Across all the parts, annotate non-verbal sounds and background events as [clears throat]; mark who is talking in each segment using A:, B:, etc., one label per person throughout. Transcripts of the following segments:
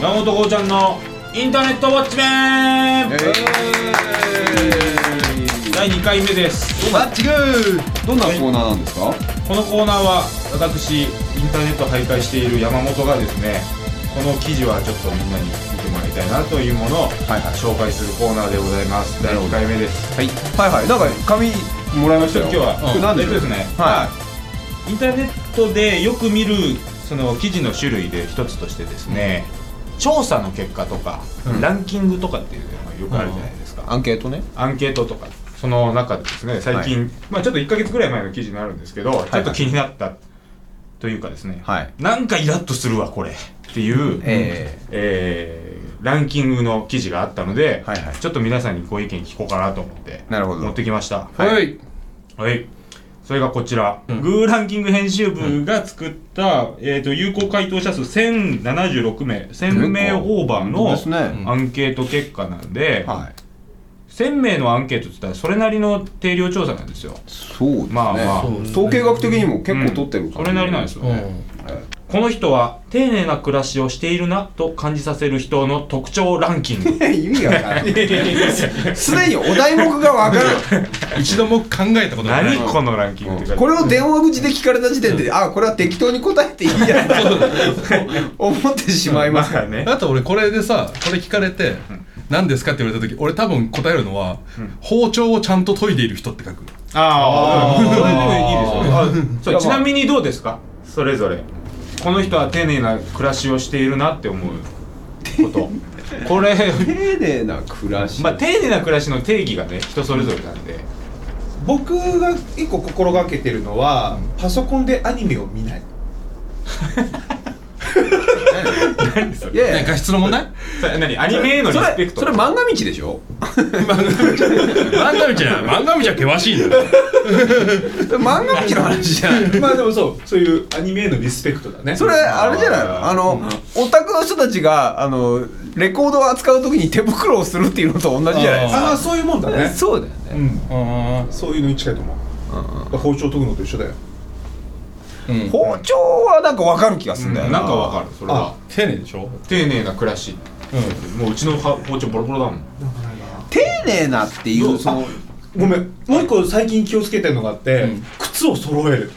A: 山本剛ちゃんのインターネットウォッチメン
B: えー
A: 第2回目です
B: マッチグーどんなコーナーなんですか
A: このコーナーは私インターネットを徘徊している山本がですねこの記事はちょっとみんなに見てもらいたいなというものを
B: はいはい
A: 紹介するコーナーでございます第2回目です
B: はいはいはいなんか紙もらいましたよ
A: 今日は
B: これ何でしょう
A: えっとですね
B: は
A: インターネットでよく見るその記事の種類で一つとしてですね調査の結果とか、ランキングとかっていうのがよくあるじゃないですか、
B: いアンケートね
A: アンケートとかその中でですね最近、まあちょっと1か月ぐらい前の記事になるんですけど、ちょっと気になったというかですね、
B: はい
A: なんかイラッとするわこれっていう、
B: え
A: えーランキングの記事があったので、
B: はいはい
A: ちょっと皆さんにご意見聞こうかなと思って
B: なるほど
A: 持ってきました
B: はい
A: はい。それがこちら、グーランキング編集部が作った、えー、と有効回答者数1076名1000名オーバー
B: 本当
A: の
B: ですね
A: アンケート結果なんで、
B: はい
A: 1000名のアンケートって言ったらそれなりの定量調査なんですよ
B: そうですね
A: まあまあ
C: そうですね
B: 統計学的にも結構取ってる
A: うん
B: か
A: そ
B: ら
A: れなりなんですよ
C: う
A: ね、
C: ん
A: この人は丁寧な暮らしをしているなと感じさせる人の特徴ランキング
B: 意味がわからないすでにお題目がわからん
C: 一度も考えたことがな
A: [laughs]
C: い
A: 何このランキングって感じ
B: これを電話口で聞かれた時点であこれは適当に答えていいんだなと思ってしまいますからね
C: あと俺これでさこれ聞かれて「何ですか?」って言われた時俺多分答えるのは「包丁をちゃんと研いでいる人」って書く
A: ああ、
B: あー
A: それでもいいですよね。そうちなみにどうですか、それぞれ。この人は丁寧な暮らしをしているなって思うこと。こ [laughs] れ、
B: 丁寧な暮らし
A: まあ、丁寧な暮らしの定義がね、人それぞれなんで。
D: 僕が一個心がけてるのは、パソコンでアニメを見ない
B: いやいや
C: ね画質の問題
A: それ何アニメへのリ
B: そ
A: スペ
B: れ
A: クト。
B: それ漫画道でしょ
C: [laughs]
B: [laughs]
C: 漫画道じゃない漫画道は険しいんだよ
B: それ漫画道の話じゃ
A: [laughs]
B: ん
D: まあでもそうそういうアニメへのリスペクトだね
B: それあれじゃないのあのオタクの人たちがあのレコードを扱う時に手袋をするっていうのと同じじゃないです
D: ああそういうもんだ
B: か
D: ね
B: そうだよ
D: う
B: ね
D: ん
C: うん
D: そういうのに近いと思うだから包丁研ぐのと一緒だよ
C: うん
B: 包丁はなんかわかる気がす
A: う
B: るん
A: ん
B: だよ
A: なん
B: な
A: かわかる、それは
D: あ。
C: 丁寧でしょ
A: 丁寧な暮らし。
C: う
A: もううちのは包丁ボロボロだもん。
B: 丁寧なっていうその
D: ごめんもう一個最近気をつけてるのがあって、
C: うん
D: 靴を揃える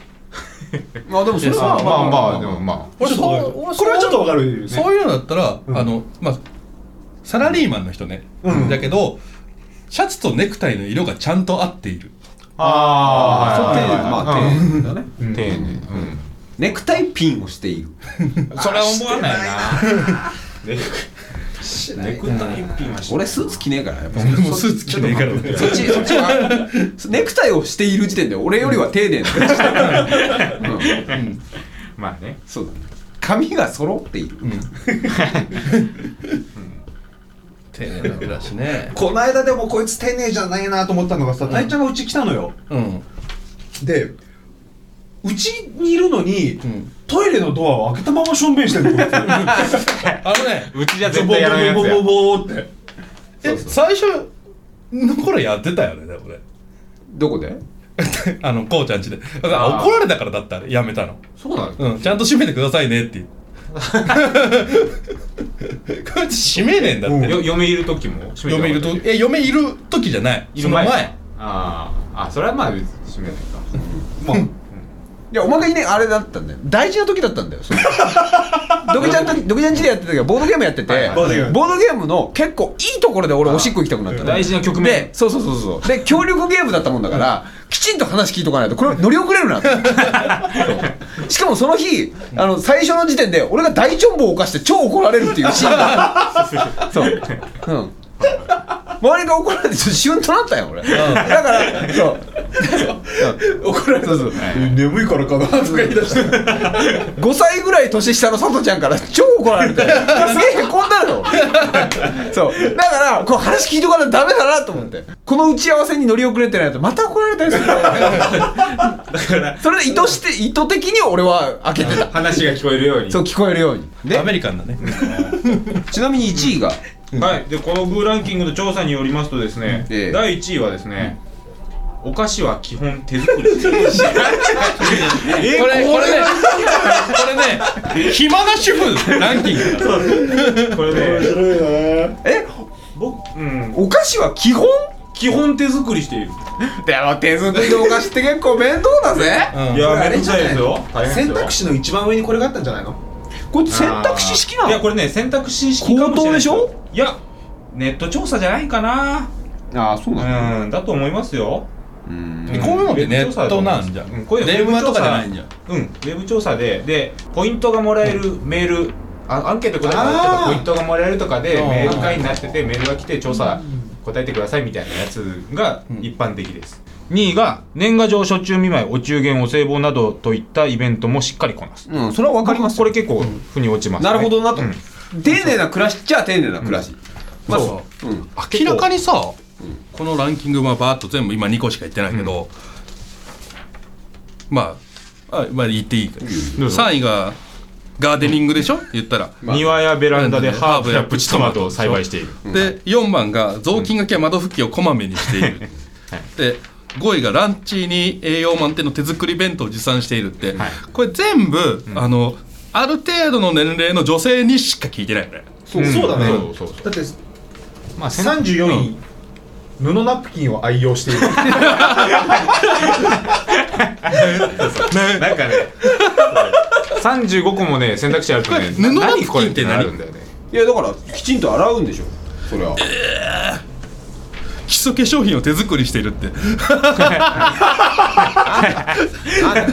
B: まあでもそれ
A: ま
B: は
A: あまあまあ、でもまあ。
C: 俺
D: ちょっとわ
C: そう俺
D: かるこれはちょっとわかるよ
C: [laughs]
D: ね
C: そういうのだったら、
D: うん
C: あのまあサラリーマンの人ね、
D: うん
C: だけどシャツとネクタイの色がちゃんと合っている
A: あ
B: そう
A: ー
B: 丁寧まあ
A: はいはいはいうん
B: 丁寧だね
A: 丁寧。うん。
B: ネクタイピンをしている
A: それは思わないな。ねネクタイピンはし
B: 俺スーツ着ねえからやっぱ
C: 俺もスーツ着ねえからね
B: そっちそっちは
A: [laughs]
B: ネクタイをしている時点で俺よりは丁寧な暮らしだ
A: [laughs]
B: ねうん
A: まあね。
B: そうだね髪が揃っている
C: 丁寧な暮らしね
D: この間でもこいつ丁寧じゃないなと思ったのがさ大ちゃんがうち来たのよ
C: うん
D: でうちにいるのに、
C: ん
D: トイレのドアを開けたまましょんべんしてるの
C: [laughs] あのね
A: うちじゃ絶対やらないやつ
D: ボ
A: や
D: ボボ。ボボボって
C: え最初の頃やってたよねでもね
B: どこで
C: [laughs] あのこうちゃんちでだから
A: あー
C: 怒られたからだったらやめたの
A: そうなの
C: うんちゃんと閉めてください
A: [laughs]
C: ねって言ってこいつ閉めねえんだって
A: よ嫁いる時も閉
C: 嫁いる
A: めて
C: と
A: もらって
C: え嫁いる時じゃない
A: い
C: そ
A: る
C: の前
A: あーあそれはまあ別に閉めないか
D: まあ
B: いやおまけにねあれだったんだよ大事な時だったんだよそのドキちゃんとドキちゃんちでやってたけどボードゲームやってて、
A: はいはい
B: ボ
D: ボ
B: ー
D: ー
B: ド
D: ド
B: ゲ
D: ゲ
B: ー
D: ー
B: ム
D: ム
B: の結構いいところで俺おしっこ行きたくなったの
A: 大事な局面
B: でそうそうそうそうで協力ゲームだったもんだからきちんと話聞いとかないとこれ乗り遅れるなってそうしかもその日あの最初の時点で俺が大チョンボを犯して超怒られるっていうシーンがそううん周りが怒られてちょっとシュンとなったよ俺、だからそう
D: 怒られたぞ、眠いからかなとか言い出
C: [laughs]
D: して
B: 5歳ぐらい年下の佐藤ちゃんから超怒られてすげえへこんだのそうだからこう話聞いとかないとダメだなと思ってこの打ち合わせに乗り遅れてないとまた怒られたりするそれで意図して意図的に俺は開けてた
A: 話が聞こえるように
B: そう聞こえるように
C: アメリカンだね
B: ちなみに1位が
A: はいでこのグーランキングの調査によりますとですね、
B: ええ
A: 第1位はですね、お菓子は基本手作りして
C: [laughs]
A: るしえ
C: これこ
A: こ
C: れ
A: れ
C: ねこれね暇な主婦 [laughs] ランキングだ
A: これね
E: 白いね
B: え
A: 僕、うん、
B: お菓子は基本
A: 基本手作りしている、
B: でも手作りのお菓子って結構面倒だぜ
C: うん
A: いや
D: あ
A: め
D: れ
A: っ
D: じ
A: ち
D: ゃ
A: ゃ
D: ない
A: ですよ大変です
D: 選
A: よ
D: 択肢の一番上にこれがあったんじゃないの
B: これ選択肢式ないの
A: やこれね選択肢式かもしれないすよ
B: 口頭で
A: いやネット調査じゃないかな
B: ああそうなんだ
A: うんだと思いますよ
B: うん
C: えこういうのってネットなんじゃん
A: うんこういうの
C: 電話とかじゃないんじゃん
A: うんウェブ調査ででポイントがもらえるメールあアンケート答えたらと
D: あ
A: か
D: ー
A: ポイントがもらえるとかで
C: あー
A: メール会になっててメールが来て調査答えてくださいみたいなやつが一般的です、2位が年賀状初中見舞いお中元お歳暮などといったイベントもしっかりこなす
B: うんそれはわかります
A: これ結構腑に落ちます、ね
B: なるほどなと
A: うん
B: 丁寧な暮らしっちゃ丁寧な暮らし
C: まあ
A: そ
B: うん
C: 明らかにさこのランキングまあバーッと全部今2個しか言ってないけど、まああまあ言っていいか
A: どうぞ
C: 3位がガーデニングでしょ言ったら、
A: 庭やベランダでハーブやプチトマトを栽培している
C: で4番が雑巾がけや窓拭きをこまめにしている、で5位がランチに栄養満点の手作り弁当を持参しているって、
A: はい
C: これ全部、あのある程度の年齢の女性にしか聞いてないよね
D: そう
A: うん
D: そうだね
A: そうそうそう
D: だって
A: まあせん
D: 34位布ナプキンを愛用している
A: なん [laughs] かね35個もね選択肢あるとね
C: これ布ナプキ
A: 何
C: ン
A: これ
C: って何
A: なるんだよね
B: いやだからきちんと洗うんでしょそれは
C: 基礎化粧品を手作りしているって
A: そうな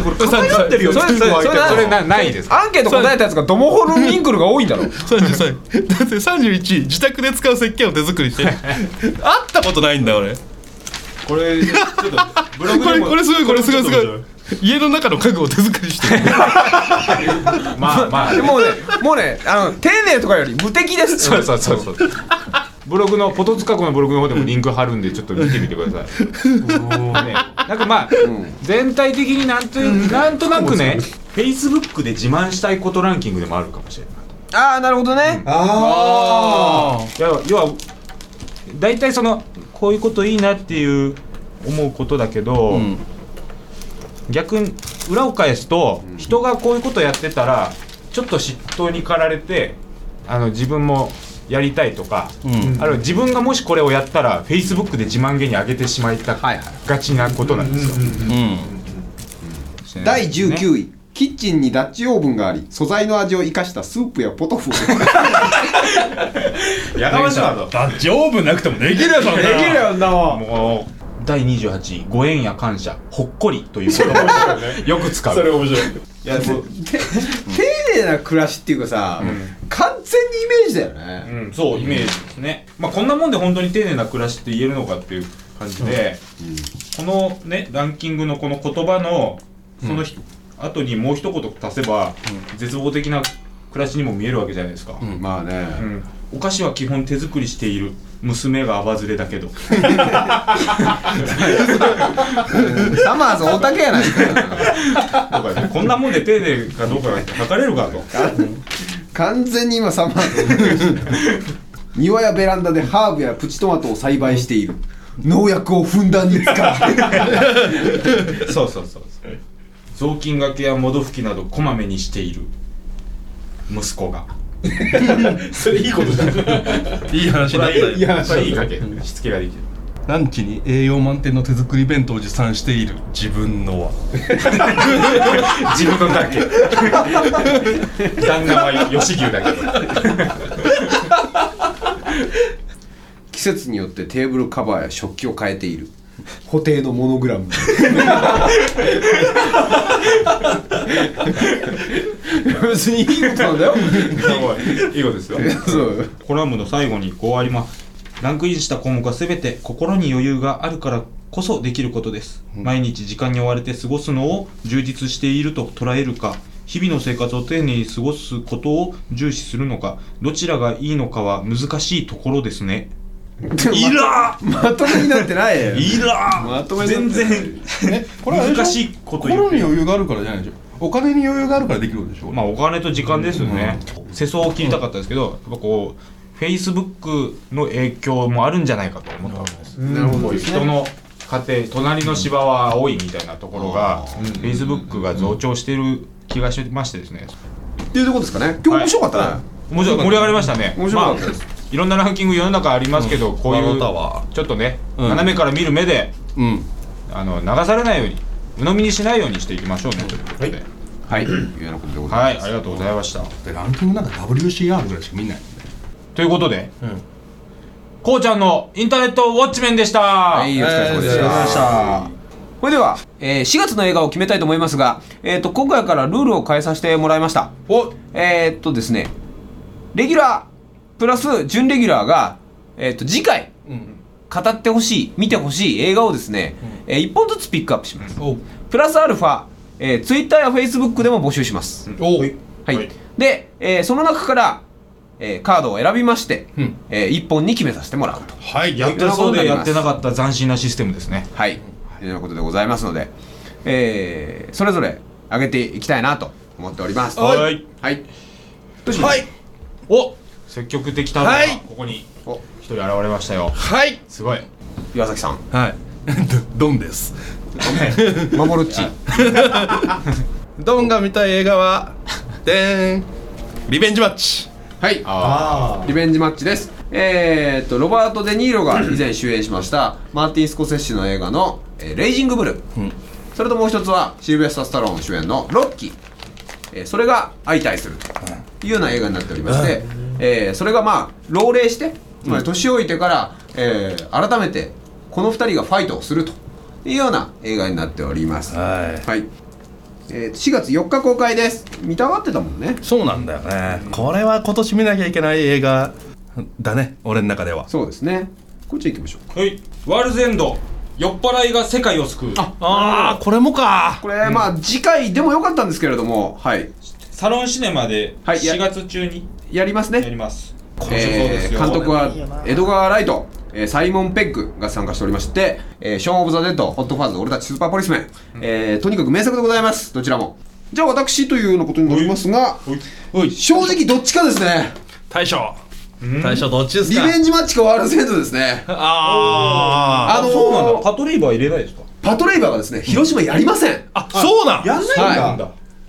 A: のこれ偏ってるよ
B: それ
A: それ
B: それそれ
A: それなないですか
B: アンケート答えたやつがドモホルンインクルが多いんだ [laughs] ろ
C: 33だって31自宅で使う石鹸を手作
A: [laughs]
C: りしてる会ったことないんだ俺こ
A: これちょっとブログで
C: れ
A: も
C: これすごいこれすごいすご
A: ちょっ
C: い家の中の家具を手作りしてる
A: とまあまあ
B: でもうねもうねあの丁寧とかより無敵です
A: そうそうそうそうブログのポトツカコのブログの方でもリンク貼るんでちょっと見てみてください、ね、なんかまあ、全体的になんというなんとなくね Facebook で自慢したいことランキングでもあるかもしれない
B: ああなるほどね、
D: あ
A: いや要は大体そのこういうこといいなっていう思うことだけど、
C: うん
A: 逆に裏を返すと、人がこういうことやってたらちょっと嫉妬に駆られてあの自分もやりたいとか、
C: ん
A: あるいは自分がもしこれをやったら Facebook で自慢げに上げてしまいたがちなことなんですよ。
C: うん
B: 第
A: 位
B: 19位、キッチンにダッチオーブンがあり素材の味を生かしたスープやポトフを
A: やかましいわ
C: ダッチオーブンなくてもできるよそんなの
B: よな
A: ともう第28位「ご縁や感謝ほっこり」という言葉をよく使う。
E: 面白い
A: いやもう
B: 丁寧な暮らしっていうかさ、完全にイメージだよね、
A: うん、そうイメージですね、まあ、こんなもんで本当に丁寧な暮らしって言えるのかっていう感じで、このねランキングのこの言葉のそのひ、後にもう一言足せば、絶望的な暮らしにも見えるわけじゃないですか、うん
B: まあね、
A: お菓子は基本手作りしている娘があばずれだけど
B: サマーズ大竹やないかよ
A: [laughs] こんなもんで丁寧かどうかが測れるかと
B: 完全に今サマーズ [laughs] 庭やベランダでハーブやプチトマトを栽培している農薬をふんだんに使う
A: そうそうそうそう雑巾がけやもど拭きなどこまめにしている息子が
E: それいいことじゃない
C: いい話になったよ
A: いやそれいいかけしつけができる
C: ランチに栄養満点の手作り弁当を持参している自分のは
A: 自分のだ [laughs] け旦那は吉牛だけ
B: 季節によってテーブルカバーや食器を変えている布袋のモノグラム別にいいことなんだよ
A: すごいいいことですよ
B: そう
A: コラムの最後にこうありますランクインした項目は全て心に余裕があるからこそできることです、毎日時間に追われて過ごすのを充実していると捉えるか日々の生活を丁寧に過ごすことを重視するのかどちらがいいのかは難しいところですねいらー
B: まとめになってないよ
A: い
B: ま
A: ら
B: と
A: ー
B: めにな
A: 全
B: って
A: 然
C: え
A: [laughs]
C: こ
A: 難しいこと言ってる
C: 心に余裕があるからじゃないでしょお金に余裕があるからできることでしょ、
A: まあお金と時間ですよね、世相を切りたかったですけど、やっぱこうフェイスブックの影響もあるんじゃないかと思ったわけです、
D: あ
B: な
D: な
B: るほど
A: こういう人の家庭隣の芝は多いみたいなところがフェイスブックが増長してる気がしましてですね
B: っていうとこですかね今日面白かったね
A: もちろん盛り上がりましたね
B: 面白かったです
A: まあいろんなランキング世の中ありますけど、こういう
C: バロータワ
A: ちょっとね、
C: うん
A: 斜めから見る目で
C: うん
A: あの流されないように鵜呑みにしないようにしていきましょうねということではい、
B: はいというようなことでございます
A: はい、ありがとうございました
C: でランキングなんか WCR ぐらいしか見ないんで
A: ということで、
C: うん
A: こうちゃんのインターネットウォッチメンでした、
B: はい、お疲れ様でした。それでは、えー4月の映画を決めたいと思いますが、えっ、と、今回からルールを変えさせてもらいました。
D: お
B: えーっとですね、レギュラー、プラス準レギュラーが、えーっと、次回、語ってほしい、見てほしい映画をですね、え1本ずつピックアップします。
C: お
B: プラスアルファ、えー、Twitter や Facebook でも募集します。
C: お
B: はい、
A: はい
B: で、えーその中から、えーカードを選びまして、
C: うん
B: え1本に決めさせてもらうと。
A: はい、やってそうでやってなかった斬新なシステムですね
B: はい、ということでございますので、えーそれぞれ上げていきたいなと思っております。
A: はい
B: はい。
C: はい
A: お積極的ターンが
C: はい
A: ここに
B: お
A: 一人現れましたよ
C: はい
A: すごい
B: 岩崎さん、
C: はい [laughs] ドンです
B: [laughs] 守るっち。
C: ドンが見たい映画はでーんリベンジマッチ
B: はい。
D: あ
B: リベンジマッチです。えー、っとロバート・デ・ニーロが [clears throat] 以前主演しましたマーティン・スコセッシの映画の「えーレイジング・ブルー」それともう一つはシルベスタ・スタローン主演の「ロッキー」えーそれが相対するというような映画になっておりまして、えーそれがまあ老齢してつまり年老いてから、えー改めてこの2人がファイトをするというような映画になっております。は
C: はい
B: いえー4月4日公開です見たがってたもんね
C: そうなんだよねこれは今年見なきゃいけない映画だね俺の中では
B: そうですねこっち行きましょう
A: はいワールズエンド酔っ払いが世界を救う
C: ああこれもか
B: これ、まあ次回でもよかったんですけれどもはい
A: サロンシネマで
B: はい
A: 4月中に
B: やります
A: やり
B: ね、
A: ます、
B: えー監督はエドガー・ライト、えーサイモン・ペッグが参加しておりまして「えーショーン・オブ・ザ・デッド」「ホット・ファーズ」「俺たちスーパーポリスメン」えーとにかく名作でございますどちらもじゃあ私というようなことになりますが
C: おい
B: 正直どっちかですね
C: 大将大将どっちです
B: リ
C: か
B: ベンジマッチかワールズエンドです
C: [laughs]
B: ね
C: あ
A: あ
B: あのー
A: そうなんだパトレイバー入れないですか
B: パトレイバーがですね広島やりません
C: ああそうなん
D: やんないん
B: はい
D: だ、
A: んだ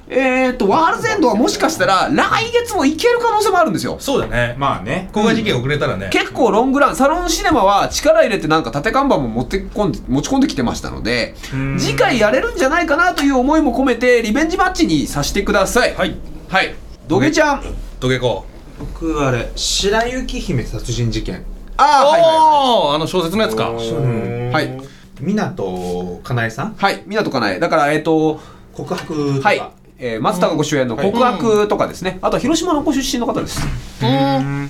B: えーっとワールズエンドはもしかしたら来月もいける可能性もあるんですよ
C: そうだね
A: まあね
C: 公開時期が遅れたらね
B: 結構ロングランサロンシネマは力入れてなんか縦看板も持ってこんで持ち込んできてましたので
A: ん
B: 次回やれるんじゃないかなという思いも込めてリベンジマッチにさせてください
C: はい
B: はい土下ちゃん
C: どけこ
D: 僕あれ白雪姫殺人事件
C: お
B: あ
C: おあの小説のやつか
D: うん
B: あはいはいはい
D: 湊かなえさん
B: はい湊かなえだからえっ、と
D: 告白とか、
B: はい、えー、松たか子主演の告白とかですね、あとは広島のご出身の方です
D: そうなんだ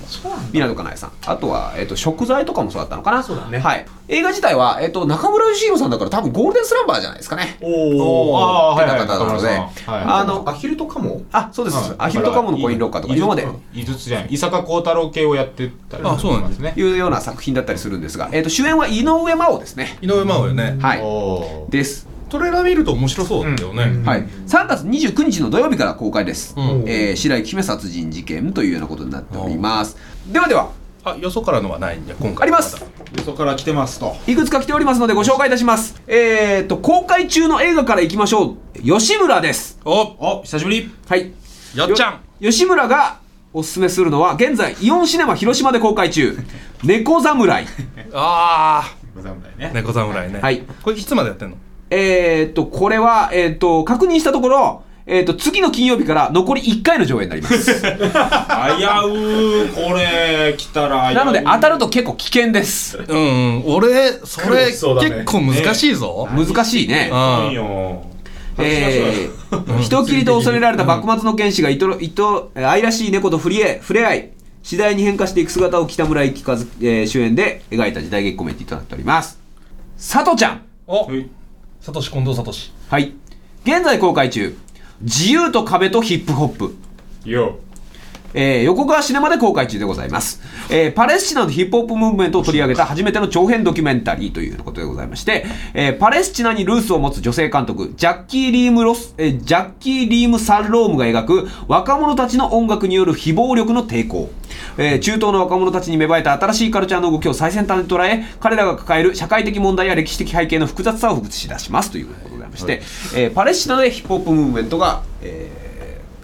B: 湊かなえさんあとは、えっと食材とかもそうだったのかな
D: そうだね
B: はい、映画自体は、えっと中村義弘さんだから多分ゴールデンスランバーじゃないですかね
A: おお
B: あ
A: ああ
B: ーは
A: はいい
B: は
A: は
B: いはいい中村さん
A: は
B: あ
D: あ
B: の
D: のアヒルとかも
B: あそうです、アヒルとカモのコインロッカーとか今まで
A: 井筒じゃない伊坂幸太郎系をやってたり
C: あそうなん
A: で
C: です
A: すね
B: いうような作品だったりするんですが、えー、と主演は井上真央ですね。
C: 井上真央よね
B: はい、
A: おー
B: です、
C: トレーラー見ると面白そうだよね
B: はい、3月29日の土曜日から公開です、
C: うん
B: えー白雪姫殺人事件というようなことになっておりますではでは
C: あよそからのはないんで今回
B: あります
A: でそこから来てますと
B: いくつか来ておりますのでご紹介いたしますえっ、と公開中の映画からいきましょう吉村です
C: お
A: お久しぶり
B: はい
C: やっちゃん
B: よ吉村がおすすめするのは現在イオンシネマ広島で公開中「猫侍」
C: あ
A: ございませんね
C: あ猫侍ね
B: はい
C: これいつまでやってんの
B: えー、っと、これは、えーっと、確認したところ、えーっと、次の金曜日から残り1回の上映になります。
A: 危うーこれ来たら危う
B: なので、当たると結構危険です。
C: うんうん俺それ
E: 苦労しそうだね
C: 結構難しいぞ
B: 難しいね。
A: いい
C: うん
A: よ
B: えー、人を切りと恐れられた幕末の剣士がいとろいと愛らしい猫と触れ触れ合い次第に変化していく姿を北村一輝、えー主演で描いた時代劇コメディとなっております佐藤ちゃん
C: お
A: はい
C: サトシ近藤サトシ
B: はい現在公開中「自由と壁とヒップホップ」
A: よ
B: えー横川シネマで公開中でございます、えーパレスチナのヒップホップムーブメントを取り上げた初めての長編ドキュメンタリーということでございまして、えーパレスチナにルーツを持つ女性監督ジャッキー・リーム・ロス、えージャッキー・リーム・サロームが描く若者たちの音楽による非暴力の抵抗えー中東の若者たちに芽生えた新しいカルチャーの動きを最先端で捉え彼らが抱える社会的問題や歴史的背景の複雑さを映し出しますということでございまして、えーパレスチナでヒップホップムーブメントが、え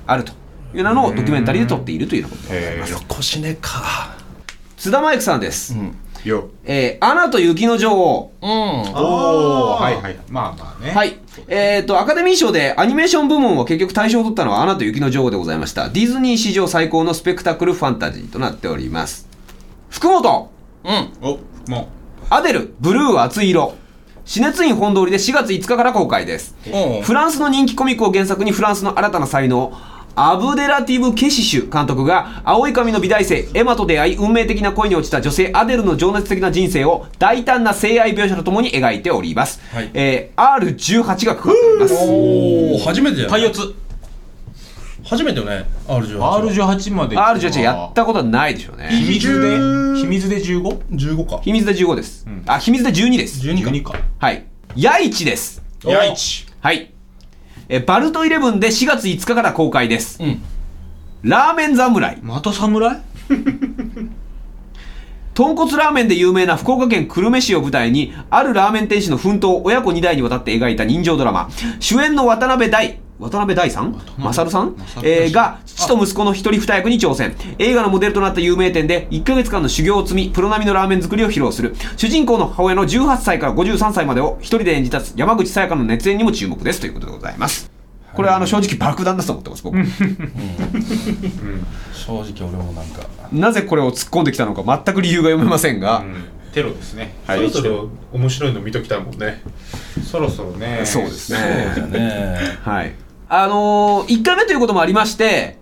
B: ーあるというようなのをドキュメンタリーで撮っているというようなことでございます
C: 横しねか
B: 津田マイクさんです、
A: よ
B: えーアナと雪の女王」
C: うん
A: おおはいはいまあまあね
B: はい。えっ、と、アカデミー賞でアニメーション部門は結局大賞を取ったのはアナと雪の女王でございました。ディズニー史上最高のスペクタクルファンタジーとなっております。福本、
C: うん
A: おも
B: アデル、ブルー熱い色。死熱院本通りで4月5日から公開です。
C: うん
B: フランスの人気コミックを原作にフランスの新たな才能アブデラティブ・ケシシュ監督が青い髪の美大生エマと出会い運命的な恋に落ちた女性アデルの情熱的な人生を大胆な性愛描写とともに描いております、
C: はい
B: えー R18 がかかっております
C: おお初めてじゃ
A: パ
C: ない
A: イオツ
C: 初めてよね R18
A: R18 まで
B: R18 やったことはないでしょう
A: 秘
B: ね
A: 密で秘密で 15?
C: 15か
B: 秘密で15です、あ秘密で12です
C: 12
A: 12
C: か
A: か
B: はいヤイチです
C: お
A: やいち
B: はいえーバルトイレブンで4月5日から公開です、
C: うん
B: ラーメン侍
A: また侍
B: 豚骨ラーメンで有名な福岡県久留米市を舞台にあるラーメン店主の奮闘を親子2代にわたって描いた人情ドラマ主演の渡辺大渡辺大さんマサルさん
A: 勝
B: えーが父と息子の一人二役に挑戦映画のモデルとなった有名店で1ヶ月間の修行を積みプロ並みのラーメン作りを披露する主人公の母親の18歳から53歳までを一人で演じた山口さやかの熱演にも注目ですということでございますこれはあの正直爆弾だと思ってます僕
C: 正直俺もなんか
B: なぜこれを突っ込んできたのか全く理由が読めませんが、
A: テロですね
B: はい
D: そろそろ面白いの見ときたいもんね
A: そろそろね
B: そうですね
C: そうだね
B: はい。あのー、1回目ということもありまして、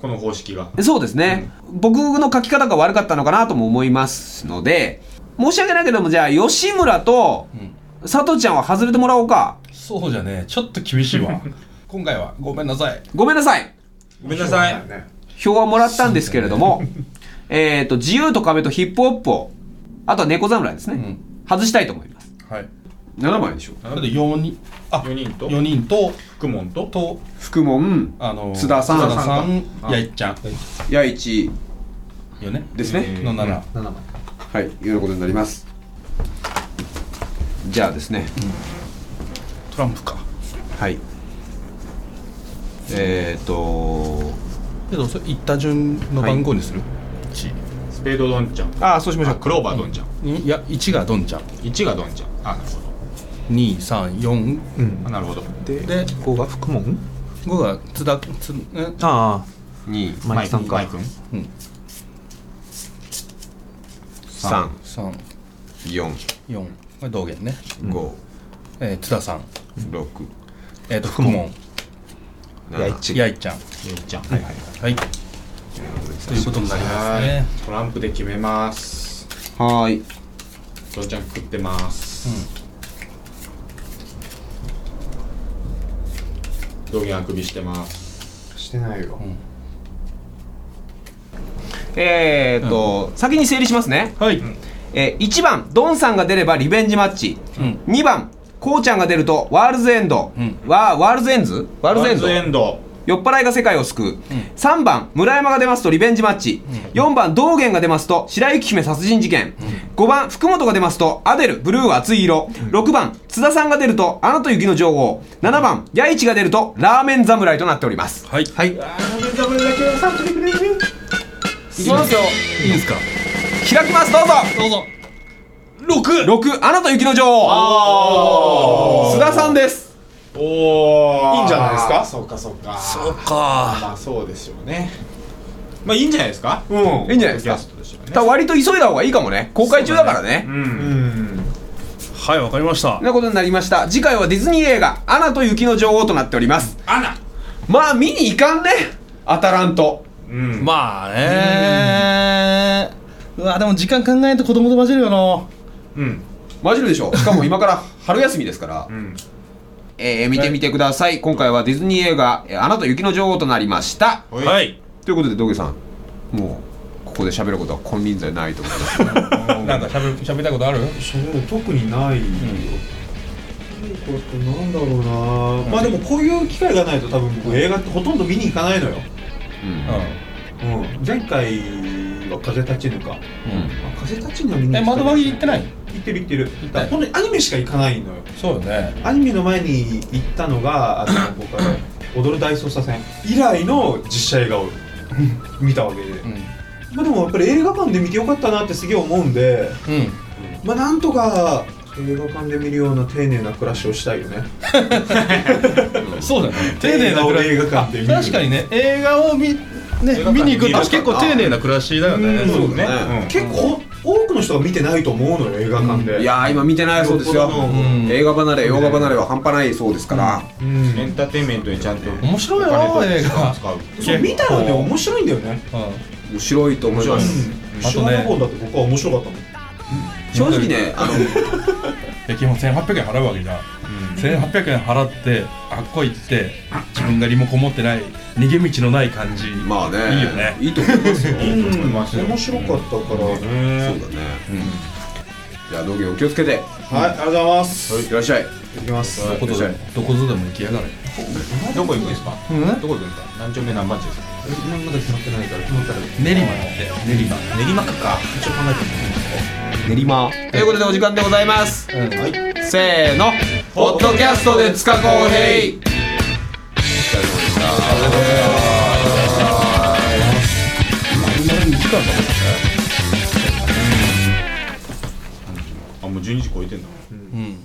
A: この方式が
B: そうですね、僕の書き方が悪かったのかなとも思いますので、申し訳ないけども、じゃあ、吉村と
C: ん、
B: 佐藤ちゃんは外れてもらおうか。
C: そうじゃねちょっと厳し
A: [laughs]
C: いわ今回はごめんなさい
B: ごめんなさい。
A: ごめんなさい
B: 票はもらったんですけれど
C: [laughs]
B: も、えっと、自由と壁とヒップホップを、あとは猫侍ですね、
C: うん
B: 外したいと思います。
C: はい
B: 7枚でしょ。
C: あれで4人あ
A: 4人と
C: 4人と
A: 福門と
C: と
B: 福門、
C: あの
B: 津田さん
C: 津田さん
A: あ
C: やいっちゃん
F: 八一
C: よね
F: ですね、
C: のなら
G: 7枚
F: はいいうようなことになります
B: じゃあですね、
C: トランプか
F: はい
B: えっ、と、
C: けどそれ行った順の番号にする、
A: スペードドンちゃん
B: ああ、そうしましょ
A: あ
B: う。
A: クローバードンちゃん
C: い、や1がドンちゃん
A: 1がドンちゃんあなるほ
C: 234
A: どあなるほど
D: で
C: で
D: ここが福門
C: 5が津田津え
D: あ
F: 二
D: あマイクさん
A: マ
D: か
A: イ君
F: 三
C: 34
F: 四
C: これ道元ね、
F: 五
C: えー津田さん
F: 六
C: えっ、と福門
F: 七
C: やいちゃん
A: ゆいちゃん
C: はいということになりますね
A: はいトランプで決めます
B: はーい。
A: ドンちゃん食ってます道元あくびしてます
G: してないよ
B: えーっと、先に整理しますね。
C: はい、
B: えー1番ドンさんが出ればリベンジマッチ、
C: うん
B: 2番こうちゃんが出るとワールズエンド、
C: ん
B: ワーワールズエンズワールズエンド
A: エンド
B: 酔っ払いが世界を救う、3番村山が出ますとリベンジマッチ、4番道元が出ますと白雪姫殺人事件、5番福本が出ますとアデルブルー熱い色、6番津田さんが出るとアナと雪の女王7番八一が出るとラーメン侍となっております
C: はいはいい
B: いきますよ
C: いですか
B: 開きますどうぞ
C: どうぞ
B: 6アナと雪の女王須田さんです
A: おお
D: いいんじゃないですか
A: そうかそうか
C: そうか
A: まあそうですよねまあいいんじゃないですか
D: うん
B: いいんじゃないです
A: キャ
B: か
A: ストでした
B: た
A: ね
B: だ割と急いだ方がいいかもね公開中だからね
A: うん
C: はいわかりました
B: なことになりました次回はディズニー映画「アナと雪の女王」となっております
A: アナ
B: まあ見に行かんね当たらんと
A: うん
C: まあねうわでも時間考えると子供と混じるよな
A: うん
B: マジで
A: [laughs]
B: しょしかも今から春休みですから、
A: ん
B: えー見てみてください今回はディズニー映画「えーアナと雪の女王」となりました
A: はい
C: はい
B: ということで道下さんもうここで喋ることは金輪際ないと思います
C: なんかしゃべしゃべりたいことある
D: それも特にないよ、これなんだろうな、まあでもこういう機会
A: [laughs]
D: がないと多分僕映画ってほとんど見に行かないのよ、
C: うん
D: うん、前回は風立ちぬか。
C: うん
D: あ風立ちぬは見に
C: え窓
D: 行
C: 脇行ってない
D: 行ってる行ってる。
C: 行った
D: だから本当にアニメしか行かないのよ。
C: そうよね
D: アニメの前に行ったのが、あ
C: [coughs]
D: の、僕はね、踊る大捜査線以来の実写映画を見たわけで。
C: う
D: まあでもやっぱり映画館で見てよかったなってすげえ思うんで、
C: んうん
D: まあなんとか映画館で見るような丁寧な暮らしをしたいよね。
C: そうだね [laughs] 丁寧な暮らし
D: 映画館で見る。
C: 確かにね映画を見,、ね、見に行くと結構丁寧な暮らしだよね
D: うん
C: そうね
B: ね
D: 結構多くの人が見てないと思うのよ映画館で、
B: いやー今見てないそうですよ
D: よっぽどの
C: うん
B: 映画離れ洋画離れは半端ないそうですから
D: うん
A: エンターテインメントにちゃんと
C: 面白いよ
A: お金と
C: 映画
A: 使う
D: そう見たらね面白いんだよね
C: う
B: 面白いと思いま
A: 面
B: す
D: うん
C: あとね
D: シュワラボンだって僕は面白かったもん
B: 正直ねあの
C: ん、で基本1800円払うわけじゃん、1800円払ってあっこ行って自分がリモコン持ってない逃げ道のない感じ、
B: まあね
C: いいよね
B: [laughs] いいと思いますよ
D: うん面白かったからね
B: そうだねじゃあ道芸お気をつけてい
D: はいありがとうございますい
B: ってらっしゃい
D: きます
C: どこぞでもどこぞでも行きやがれ
A: どこ行くんですか
C: うん
A: どこ行くんですか何丁目何番地ですか
D: まだ決まってないから決まったら
C: 練馬って練馬
A: 練馬区か
B: 練馬ということでお時間でございますせーのポッドキャストで塚公平お疲れ様で
A: あもう12時超えてんだ
C: うん